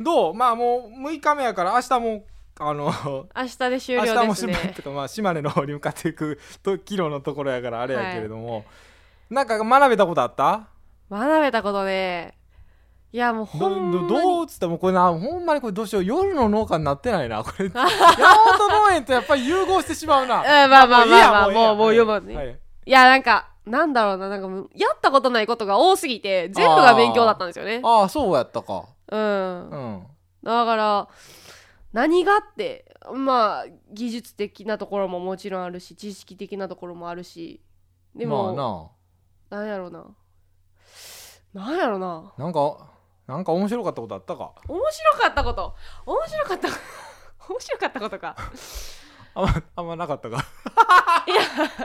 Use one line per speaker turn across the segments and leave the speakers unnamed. どうまあもう6日目やから明日もあの
明日で 終
明日
了で
も
す
島根
ね
とか、まあ、島根の方に向かっていくとキロのところやからあれやけれども、なんか学べたことあった
学べたことねいやもうほ
ど
んま
ど
に
どうっつってもこれなほんまにこれどうしよう夜の農家になってないなこ れ山本農園とやっぱり融合してしまうな
うんまあ まあまあまあ
いいや
もうもう
いいや
読まね、、
はいい
やなんかなんだろうななんかもうやったことないことが多すぎて全部が勉強だったんですよね
ああそうやったか
うん
うん
だから何がってまあ技術的なところももちろんあるし知識的なところもあるしでも、
ま
なんやろうななんやろうな
あななんかなんか面白かったことあったか
面白かったこと面白かった 面白かったことか
あんまあんまなかったか
面白か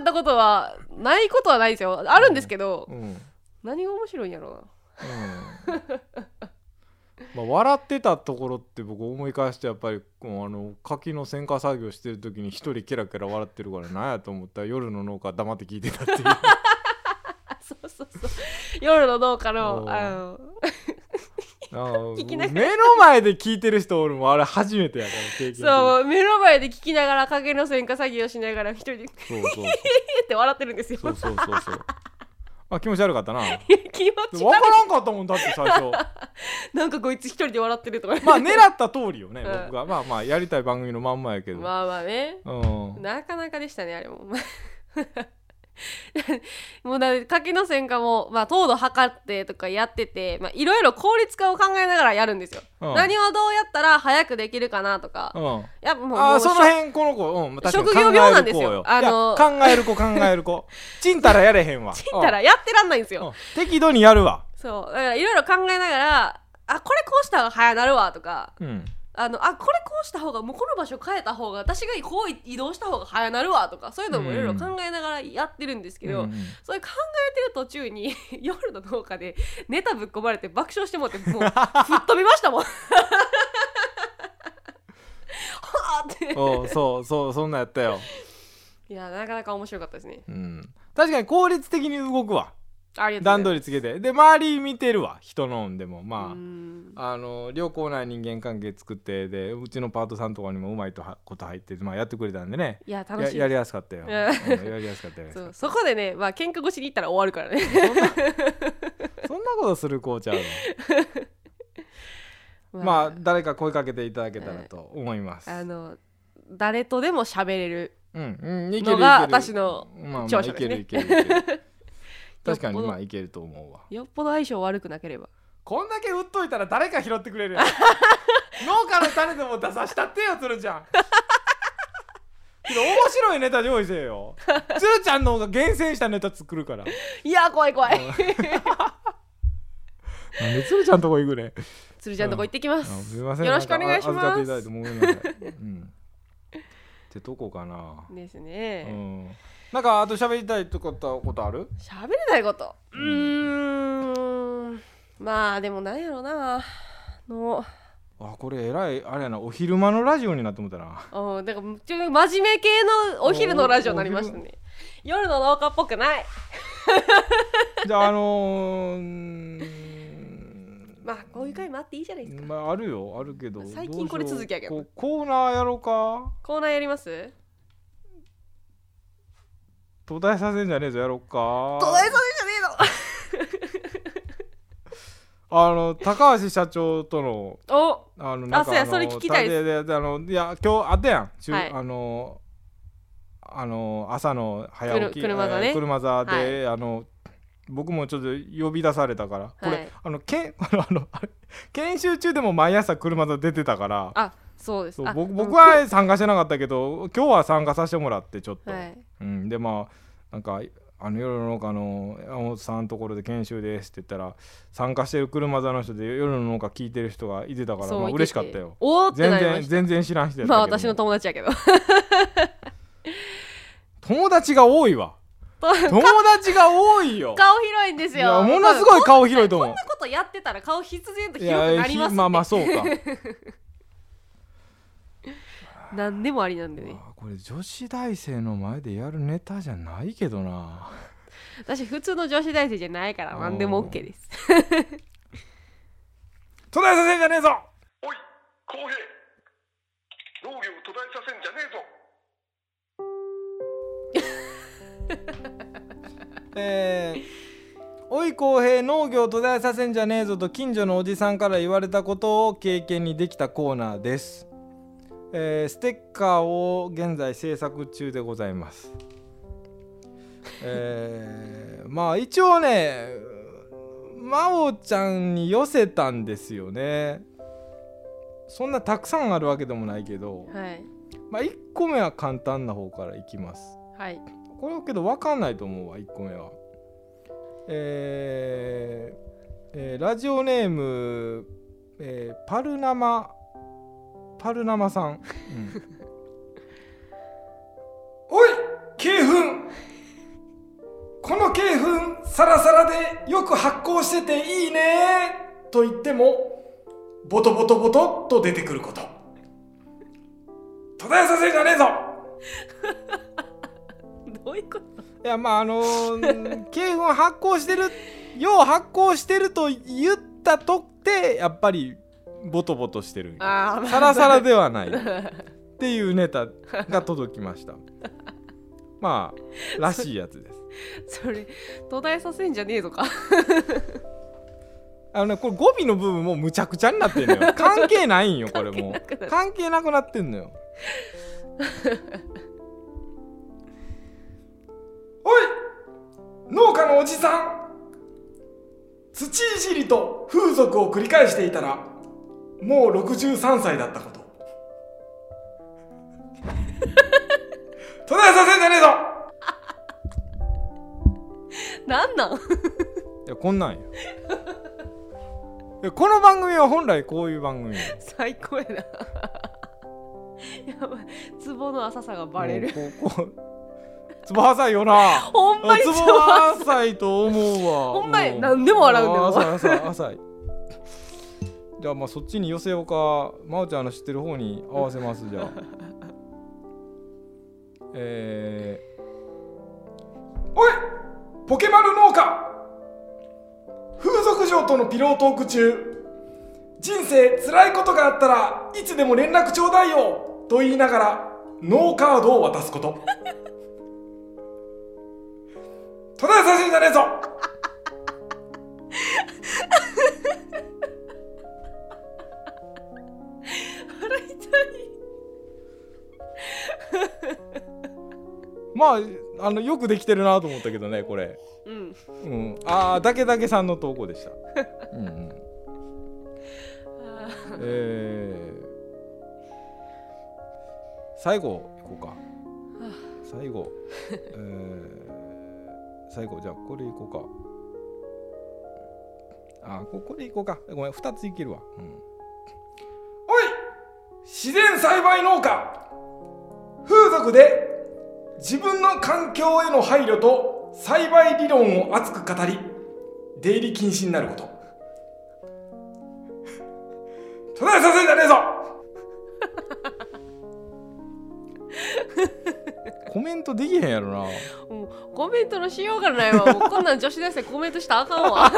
ったことはないことはないですよあるんですけど、
うん、うん、
何が面白いんやろ
まあ笑ってたところって僕思い返してやっぱりこうあの柿の選果作業してる時に一人ケラケラ笑ってるからなんやと思ったら夜の農家黙 って聞いてたっていう
うなそうそうそう夜の農家の
おー
あの
ああ
聞きなが
目の前で聞いてる人おるもんあれ初めてやから経験的に
そう目の前で聞きながら影の線化作業しながら一人で
そうそう
って笑ってるんですよ
そうそうそうそう そう あ気持ち悪かったな分
いや 気持ち悪い
からんかったもんだって最初
なんかこいつ一人で笑ってるとか
まあ狙った通りよね、
うん
僕がまあまあやりたい番組のまんまやけど、
まあまあね
うん
なかなかでしたねあれも もうだって柿の専科も、まあ、糖度測ってとかやっててまあいろいろ効率化を考えながらやるんですよ、
うん
何をどうやったら早くできるかなとか、
うん
やっぱもう
あ
も
ー
う
その
しょ
辺この子、うん、確かに
職業病なんですよ
考える子
あの
いや考え る子考える子ちんたらやれへんわ
ちんたらやってらんないんです
うんう
よ、
ん適度にやるわ
そうだからいろいろ考えながらあこれこうした方が早なるわとか
うん
あのあこれこうした方がもうこの場所変えた方が私がこう移動した方が早なるわとかそういうのもいろいろ考えながらやってるんですけど、
うんうん
それ考えてる途中に 夜の農家でネタぶっ込まれて爆笑してもらってもう 吹っ飛びましたもん。は あって
おうそうそうそんなんやったよ、
いやなかなか面白かったですね。
うん、確かに効率的に動くわ
ありがと
段
うござい
取りつけてで周り見てるわ人のんでも
ま。
ますあ、
うん
あの良好な人間関係作ってでうちのパートさんとかにもうまいとはこと入って、まあ、やってくれたんでね
いや楽
や
しい
やりやすかったよ、
うん
うんやりやすかったよやりやす
そ
かっ
うそこでねまあ喧嘩越しに行ったら終わるから ね。
たそんなそんなことする子ちゃうのまあ誰か声かけていただけたらと思います。
あの誰とでも喋れる
うん、うん、いけるいけ
の
る。
が私の
まあまあ
長所ですね
いけるいけるいけ る。確か
よ
に
っぽど
まあいけると思うわ。
よっぽど相性悪くなければ。
こんだけ売っといたら誰か拾ってくれ るやん。農家の種でも出さしたってよつるちゃん。けど面白いネタ用意せえ よ。つるちゃんの方が厳選したネタ作るから。
いや怖い怖い。
なんでつるちゃんとこ行くね。
鶴ちゃんのとこ行ってき
あ
ます。
すみません。
よろしくお願いします
なんかあ預かっていただいてもごめんなさい。 うん。ってとこかな。
ですね。
うんなんかあと喋りたいとかったことある
喋れないことうーんまあでもなんやろなの
あこれえらいあれやなお昼間のラジオになって思ったな
うんだからちょ真面目系のお昼のラジオになりましたね夜の農家っぽくない
じゃああのーうーん
まあこういう回もあっていいじゃないですか
まああるよあるけど
最近
どうしよう
これ続きやけど
こコーナーやろうか
コーナーやります
途絶えさせんじゃねえぞやろうか
途絶えさせんじ
あの高橋社長との
ゃねえのお
あのなんか
そうや
の
それ聞きたいです
でであのいや今日あったやん、中
はい
あのあの朝の早起き
くる車座ね
えー車座で、あの僕もちょっと呼び出されたからこれ、
はい
あのけん あのあのあれ研修中でも毎朝車座出てたから
あそうです
そう
あ
僕僕
あ
は参加してなかったけど今日は参加させてもらってちょっと、
のはい
うん、でまあなんかあの夜の農家の山本さんのところで研修ですって言ったら参加してる車座の人で夜の農家聞いてる人がいてたから
そう
まあ
いてて
嬉しかったよ
おーって
全
なりま
然
した
全然知らん人やった
まあ
けど
私の友達やけど
友達が多いわ
顔
友達が多いよ
広いんです
い
よ
やものすごい顔広いと思
こんなことやってたら顔必然と
うい
広くなり
ひ
ますって
まあまあそうか
何でもありなんでね
あこれ女子大生の前でやるネタじゃないけど な
私普通の女子大生じゃないから何でも OK です
途絶えさせんじゃねえぞ
おい公平農業を途絶えさせんじゃねえぞ
えーおい公平農業途絶えさせんじゃねえぞと近所のおじさんから言われたことを経験にできたコーナーです、えーステッカーを現在制作中でございますえーまあ一応ね真央ちゃんに寄せたんですよねそんなたくさんあるわけでもないけど、
はい
まあ1個目は簡単な方からいきます
はい
これはけど分かんないと思うわ1個目はえーえーラジオネーム、えーパルナマパルナマさん、おい鶏粉この鶏粉サラサラでよく発酵してていいねと言ってもボトボトボトっと出てくること途絶えさせるじゃねえぞ
どういうこと
いやまああのー、鶏粉発酵してるよう発酵してると言ったとってやっぱりボトボトしてるんよ
ああまあ
サラサラではないっていうネタが届きましたまあらしいやつです
それ途絶えさせんじゃねえぞか
あのねこれ語尾の部分もうむちゃくちゃになってんの よ関係ないんよこれも
関係なくな
う関係なくな
る
ってんのよ おい農家のおじさん土いじりと風俗を繰り返していたらもう63歳だったこと 途絶えさせんじゃねえぞ
なんなん
いやこんなんやいやこの番組は本来こういう番組や
最高やな やばい壺の浅さがバレる
もうこ こつばはさいよ な
ほんまに
つ
壺
ばはさいと思うわ
ほんまに
う
何でも笑うんだよ
あ浅い浅い浅い じゃあまあそっちに寄せようか真央ちゃんの知ってる方に合わせますじゃ あえー、おいポケマル農家風俗嬢とのピロートーク中人生つらいことがあったらいつでも連絡ちょうだいよと言いながらノーカードを渡す こと途絶えさせんじゃねえぞ
腹痛い
まああのよくできてるなと思ったけどねこれ、
うん
うん、ああだけだけさんの投稿でしたうん、うん、
あ
えー、最後いこうか最後えー、最後じゃあこれいこうかあーここれいこうかごめん2ついけるわ、うんおい自然栽培農家風俗で自分の環境への配慮と栽培理論を熱く語り出入り禁止になること途絶えさせんじゃねえぞ コメントできへんやろな
ーもうコメントのしようがないわもうこんなん女子大生コメントしたらあかんわ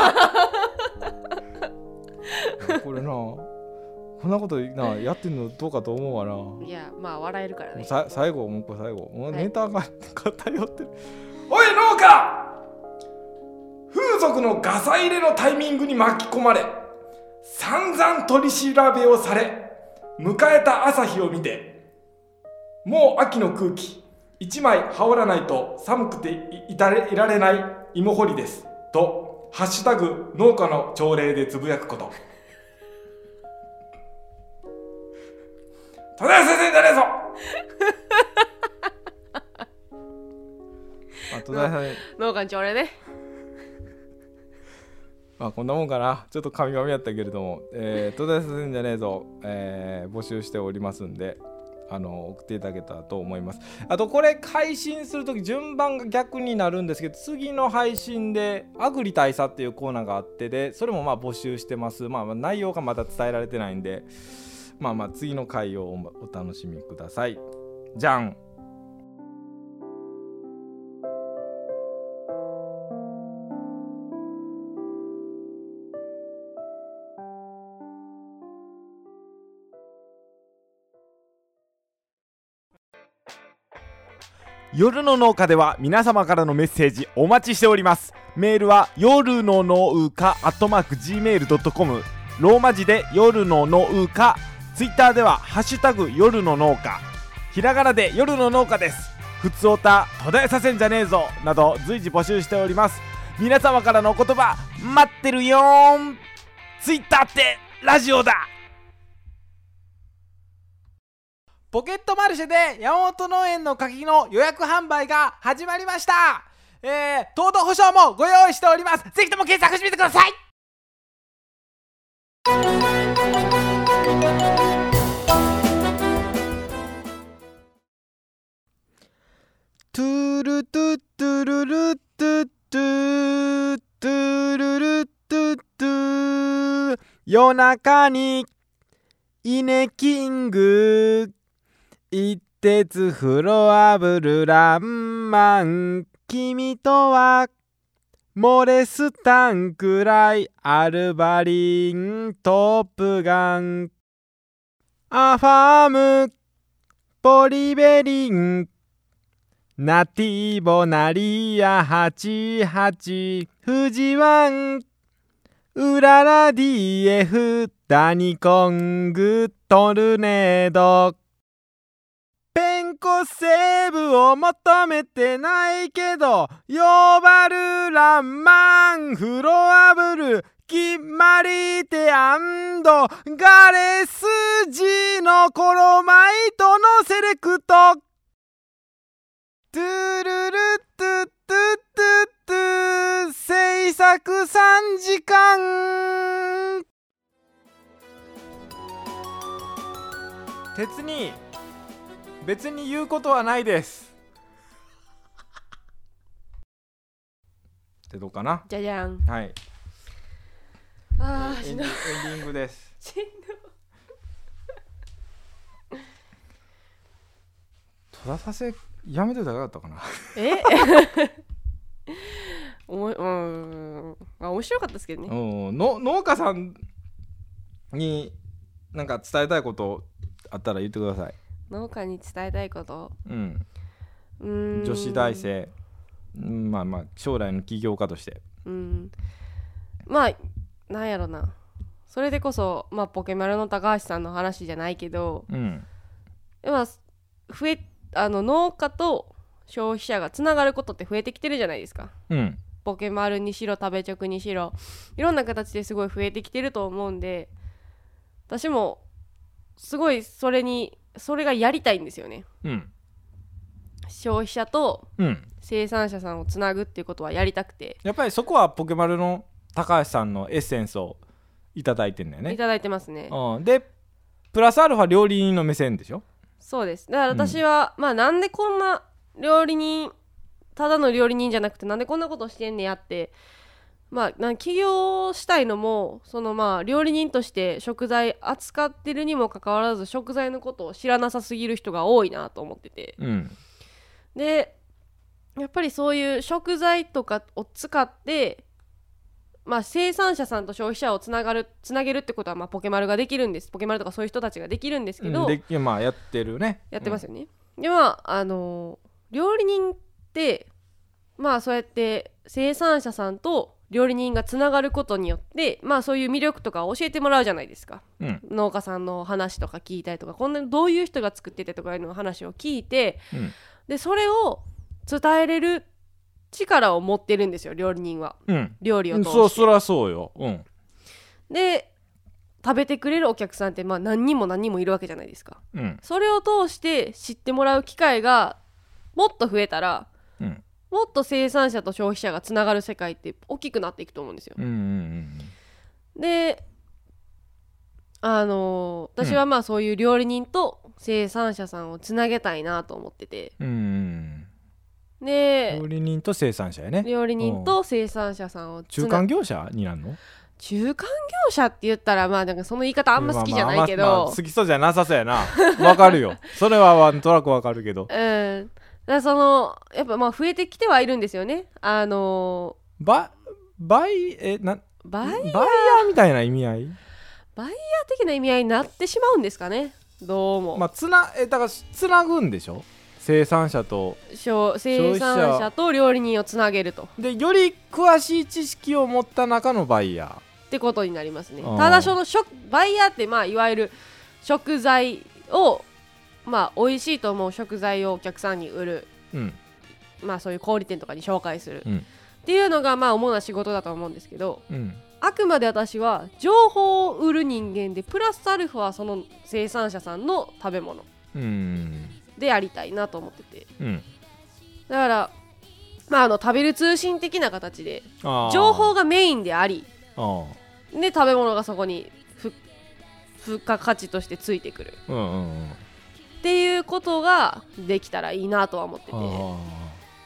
これなこんなことなやってんのどうかと思うわなも
いやまあ笑えるから
う
ね
さ最後もう一個最後もう
はい
ネタが偏ってるおい農家風俗のガサ入れのタイミングに巻き込まれ散々取り調べをされ迎えた朝日を見てもう秋の空気一枚羽織らないと寒くていいたれいられない芋掘りですと「ハッシュタグ農家の朝礼」でつぶやく こと戸田先生じゃねえぞあ戸田さん
農家んち俺ね
まあこんなもんかなちょっと神々やったけれども「えー、途絶えさせんじゃねえぞ、えー募集しておりますんであの送っていただけたらと思いますあとこれ配信する時順番が逆になるんですけど次の配信で「アグリ大佐」っていうコーナーがあってでそれもまあ募集してます、まあ、まあ内容がまだ伝えられてないんでまあまあ次の回をおお楽しみくださいじゃん夜の農家では皆様からのメッセージお待ちしておりますメールは夜の農家アットマーク Gmail.com ローマ字で夜の農家ツイッターではハッシュタグ夜の農家ひらがなで夜の農家ですふつおた途絶えさせんじゃねえぞなど随時募集しております皆様からのお言葉待ってるよーんツイッターってラジオだポケットマルシェで山本農園の柿の予約販売が始まりましたえー、糖度保証もご用意しておりますぜひとも検索してみてください
トゥルトゥトゥルルトゥトゥトゥルルトゥトゥ夜中に稲キング一徹フロアブルランマン君とはモレスタンくらいアルバリントップガンアファームポリベリンナティーボナリア88フジワンウララ DF ダニコングトルネードペンコセーブを求めてないけど呼ばるランマンフロアブル決まり手ガレスジのコロマイトのセレクトトゥルルトゥトゥトゥトゥ制作3時間
鉄に別に言うことはないですってどうかな
じゃじゃん
はい
あー
エ
し
ン
ん
デ
ど
ィ
い
エンディングです
しんどい
戸田させやめといたらよかったかな
え おもうんあ面白かったですけどね
うんの農家さんになんか伝えたいことあったら言ってください、
農家に伝えたいこと
うん、
うーん
女子大生うんまあまあ将来の起業家として
うんまあなんやろなそれでこそ、まあ、ポケマルの高橋さんの話じゃないけど
うん
今増えあの農家と消費者がつながることって増えてきてるじゃないですか
うん
ポケマルにしろ食べ直にしろいろんな形ですごい増えてきてると思うんで私もすごいそれにそれがやりたいんですよね
うん
消費者と
うん
生産者さんをつなぐっていうことはやりたくて、
やっぱりそこはポケマルの高橋さんのエッセンスをいただいてんだよ
い
ね、
ただいてますね
うん、でプラスアルファ料理人の目線でしょ
そうですだから私は、まあなんでこんな料理人ただの料理人じゃなくてなんでこんなことしてんねやってまあなん起業したいのもそのまあ料理人として食材扱ってるにもかかわらず食材のことを知らなさすぎる人が多いなと思ってて
うん
でやっぱりそういう食材とかを使ってまあ生産者さんと消費者をつながるつなげるってことはまあポケマルができるんですポケマルとかそういう人たちができるんですけど、
うんでまあやってるね
やってます
よ、
よね。でまああのー料理人ってまあそうやって生産者さんと料理人がつながることによってまあそういう魅力とかを教えてもらうじゃないですか
うんうん
農家さんの話とか聞いたりとかこんなどういう人が作っててとかいうの話を聞いて
うん
でそれを伝えれる力を持ってるんですよ料理人は
うん
料理を通して。
そうそりゃそうよ、うん、
で食べてくれるお客さんってまあ何人も何人もいるわけじゃないですか。
うん
それを通して知ってもらう機会がもっと増えたら
うん
もっと生産者と消費者がつながる世界って大きくなっていくと思うんですよ
うんうん。うん
であのー私はまあそういう料理人と生産者さんをつなげたいなと思ってて
うんうん
で
料理人と生産者やね
料理人と生産者さんをつな
中間業者になるの
中間業者って言ったらまあなんかその言い方あんま好きじゃないけど、
まあまあまあ好きそうじゃなさそうやなわかる よそれはなんとなくわかるけど
うんだからそのやっぱまあ増えてきてはいるんですよねあの
ばバイえな
ーバイ
バイヤーみたいな意味合い
バイヤー的な意味合いになってしまうんですかねどうも、
まあつなえだからつなぐんでしょ生産者と
消生産者と料理人をつなげるとっ
でより詳しい知識を持った中のバイヤ
てことになりますね
あー
ただその食バイヤーってまあいわゆる食材をまあ美味しいと思う食材をお客さんに売る
ーうん
まあそういう小売店とかに紹介する、
うん
っていうのがまあ主な仕事だと思うんですけど
うん
あくまで私は情報を売る人間でプラスアルファはその生産者さんの食べ物
うん
でありたいなと思ってて
うん
だからまああの食べる通信的な形で
あー
情報がメインであり
あ
で食べ物がそこにふ付加価値としてついてくる
ーうんうんうん
っていうことができたらいいなとは思ってて
あ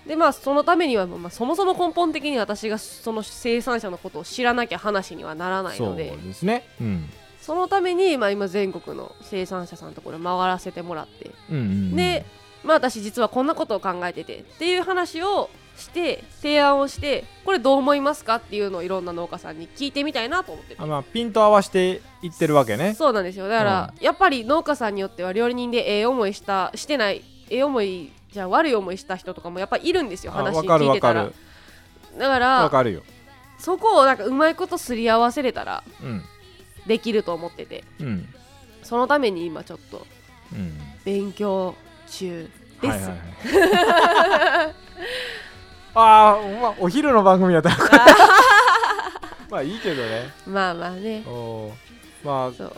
でまあそのためには、まあ、そもそも根本的に私がその生産者のことを知らなきゃ話にはなら
あ
ない
そう
ので
ですねうん
そのために、まあ、今全国の生産者さんのところ回らせてもらって、
うんうんうん
で、まあ、私実はこんなことを考えててっていう話をして提案をしてこれどう思いますかっていうのをいろんな農家さんに聞いてみたいなと思ってて
あまあピント合わせていってるわけね
そうなんですよだから、やっぱり農家さんによっては料理人でええ思いしたしてないええ思いじゃあ悪い思いした人とかもやっぱいるんですよ
あ
話
わかる
聞い
わ
てた
からる
だか
わ
ら
かるよ
そこをなんかうまいことすり合わせれたら
うん
できると思ってて
うん
そのために今ちょっと
うん
勉強中です、
はいはいはいああ、まあ、お昼の番組やったら まあいいけどね
まあまあね
おーまあ
そう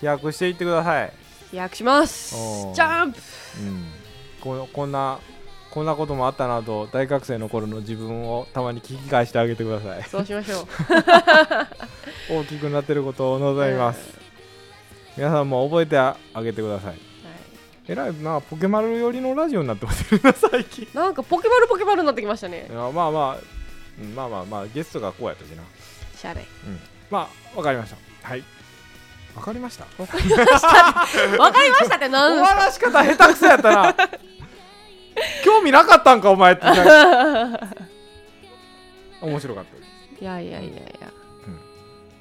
飛躍していってください、
飛躍します
おー
ジャンプ
うん、このこんなこんなこともあったなと大学生の頃の自分をたまに聞き返してあげてくだ さい
そうしましょう
大きくなってることを望みます、皆さんも覚えてあげてください
はい
えらいなポケマル寄りのラジオになってますよね最近
なんかポケバルポケバルになってきましたね
いやまあまあうんまあまあまあゲストがこうやったしな
シャレ
まあわかりましたはいわかりました終
わかりましたってなん
わらし方下手くそや ったな興味なかったんかお前って面白かったです
いやいやいやいや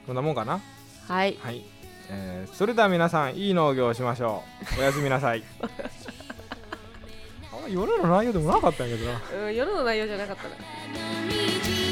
こんなもんかな
はい
はい、えーそれでは皆さんいい農業をしましょうおやすみなさいあんま夜の内容でもなかったんやけどな
うん、夜の内容じゃなかったな
「道を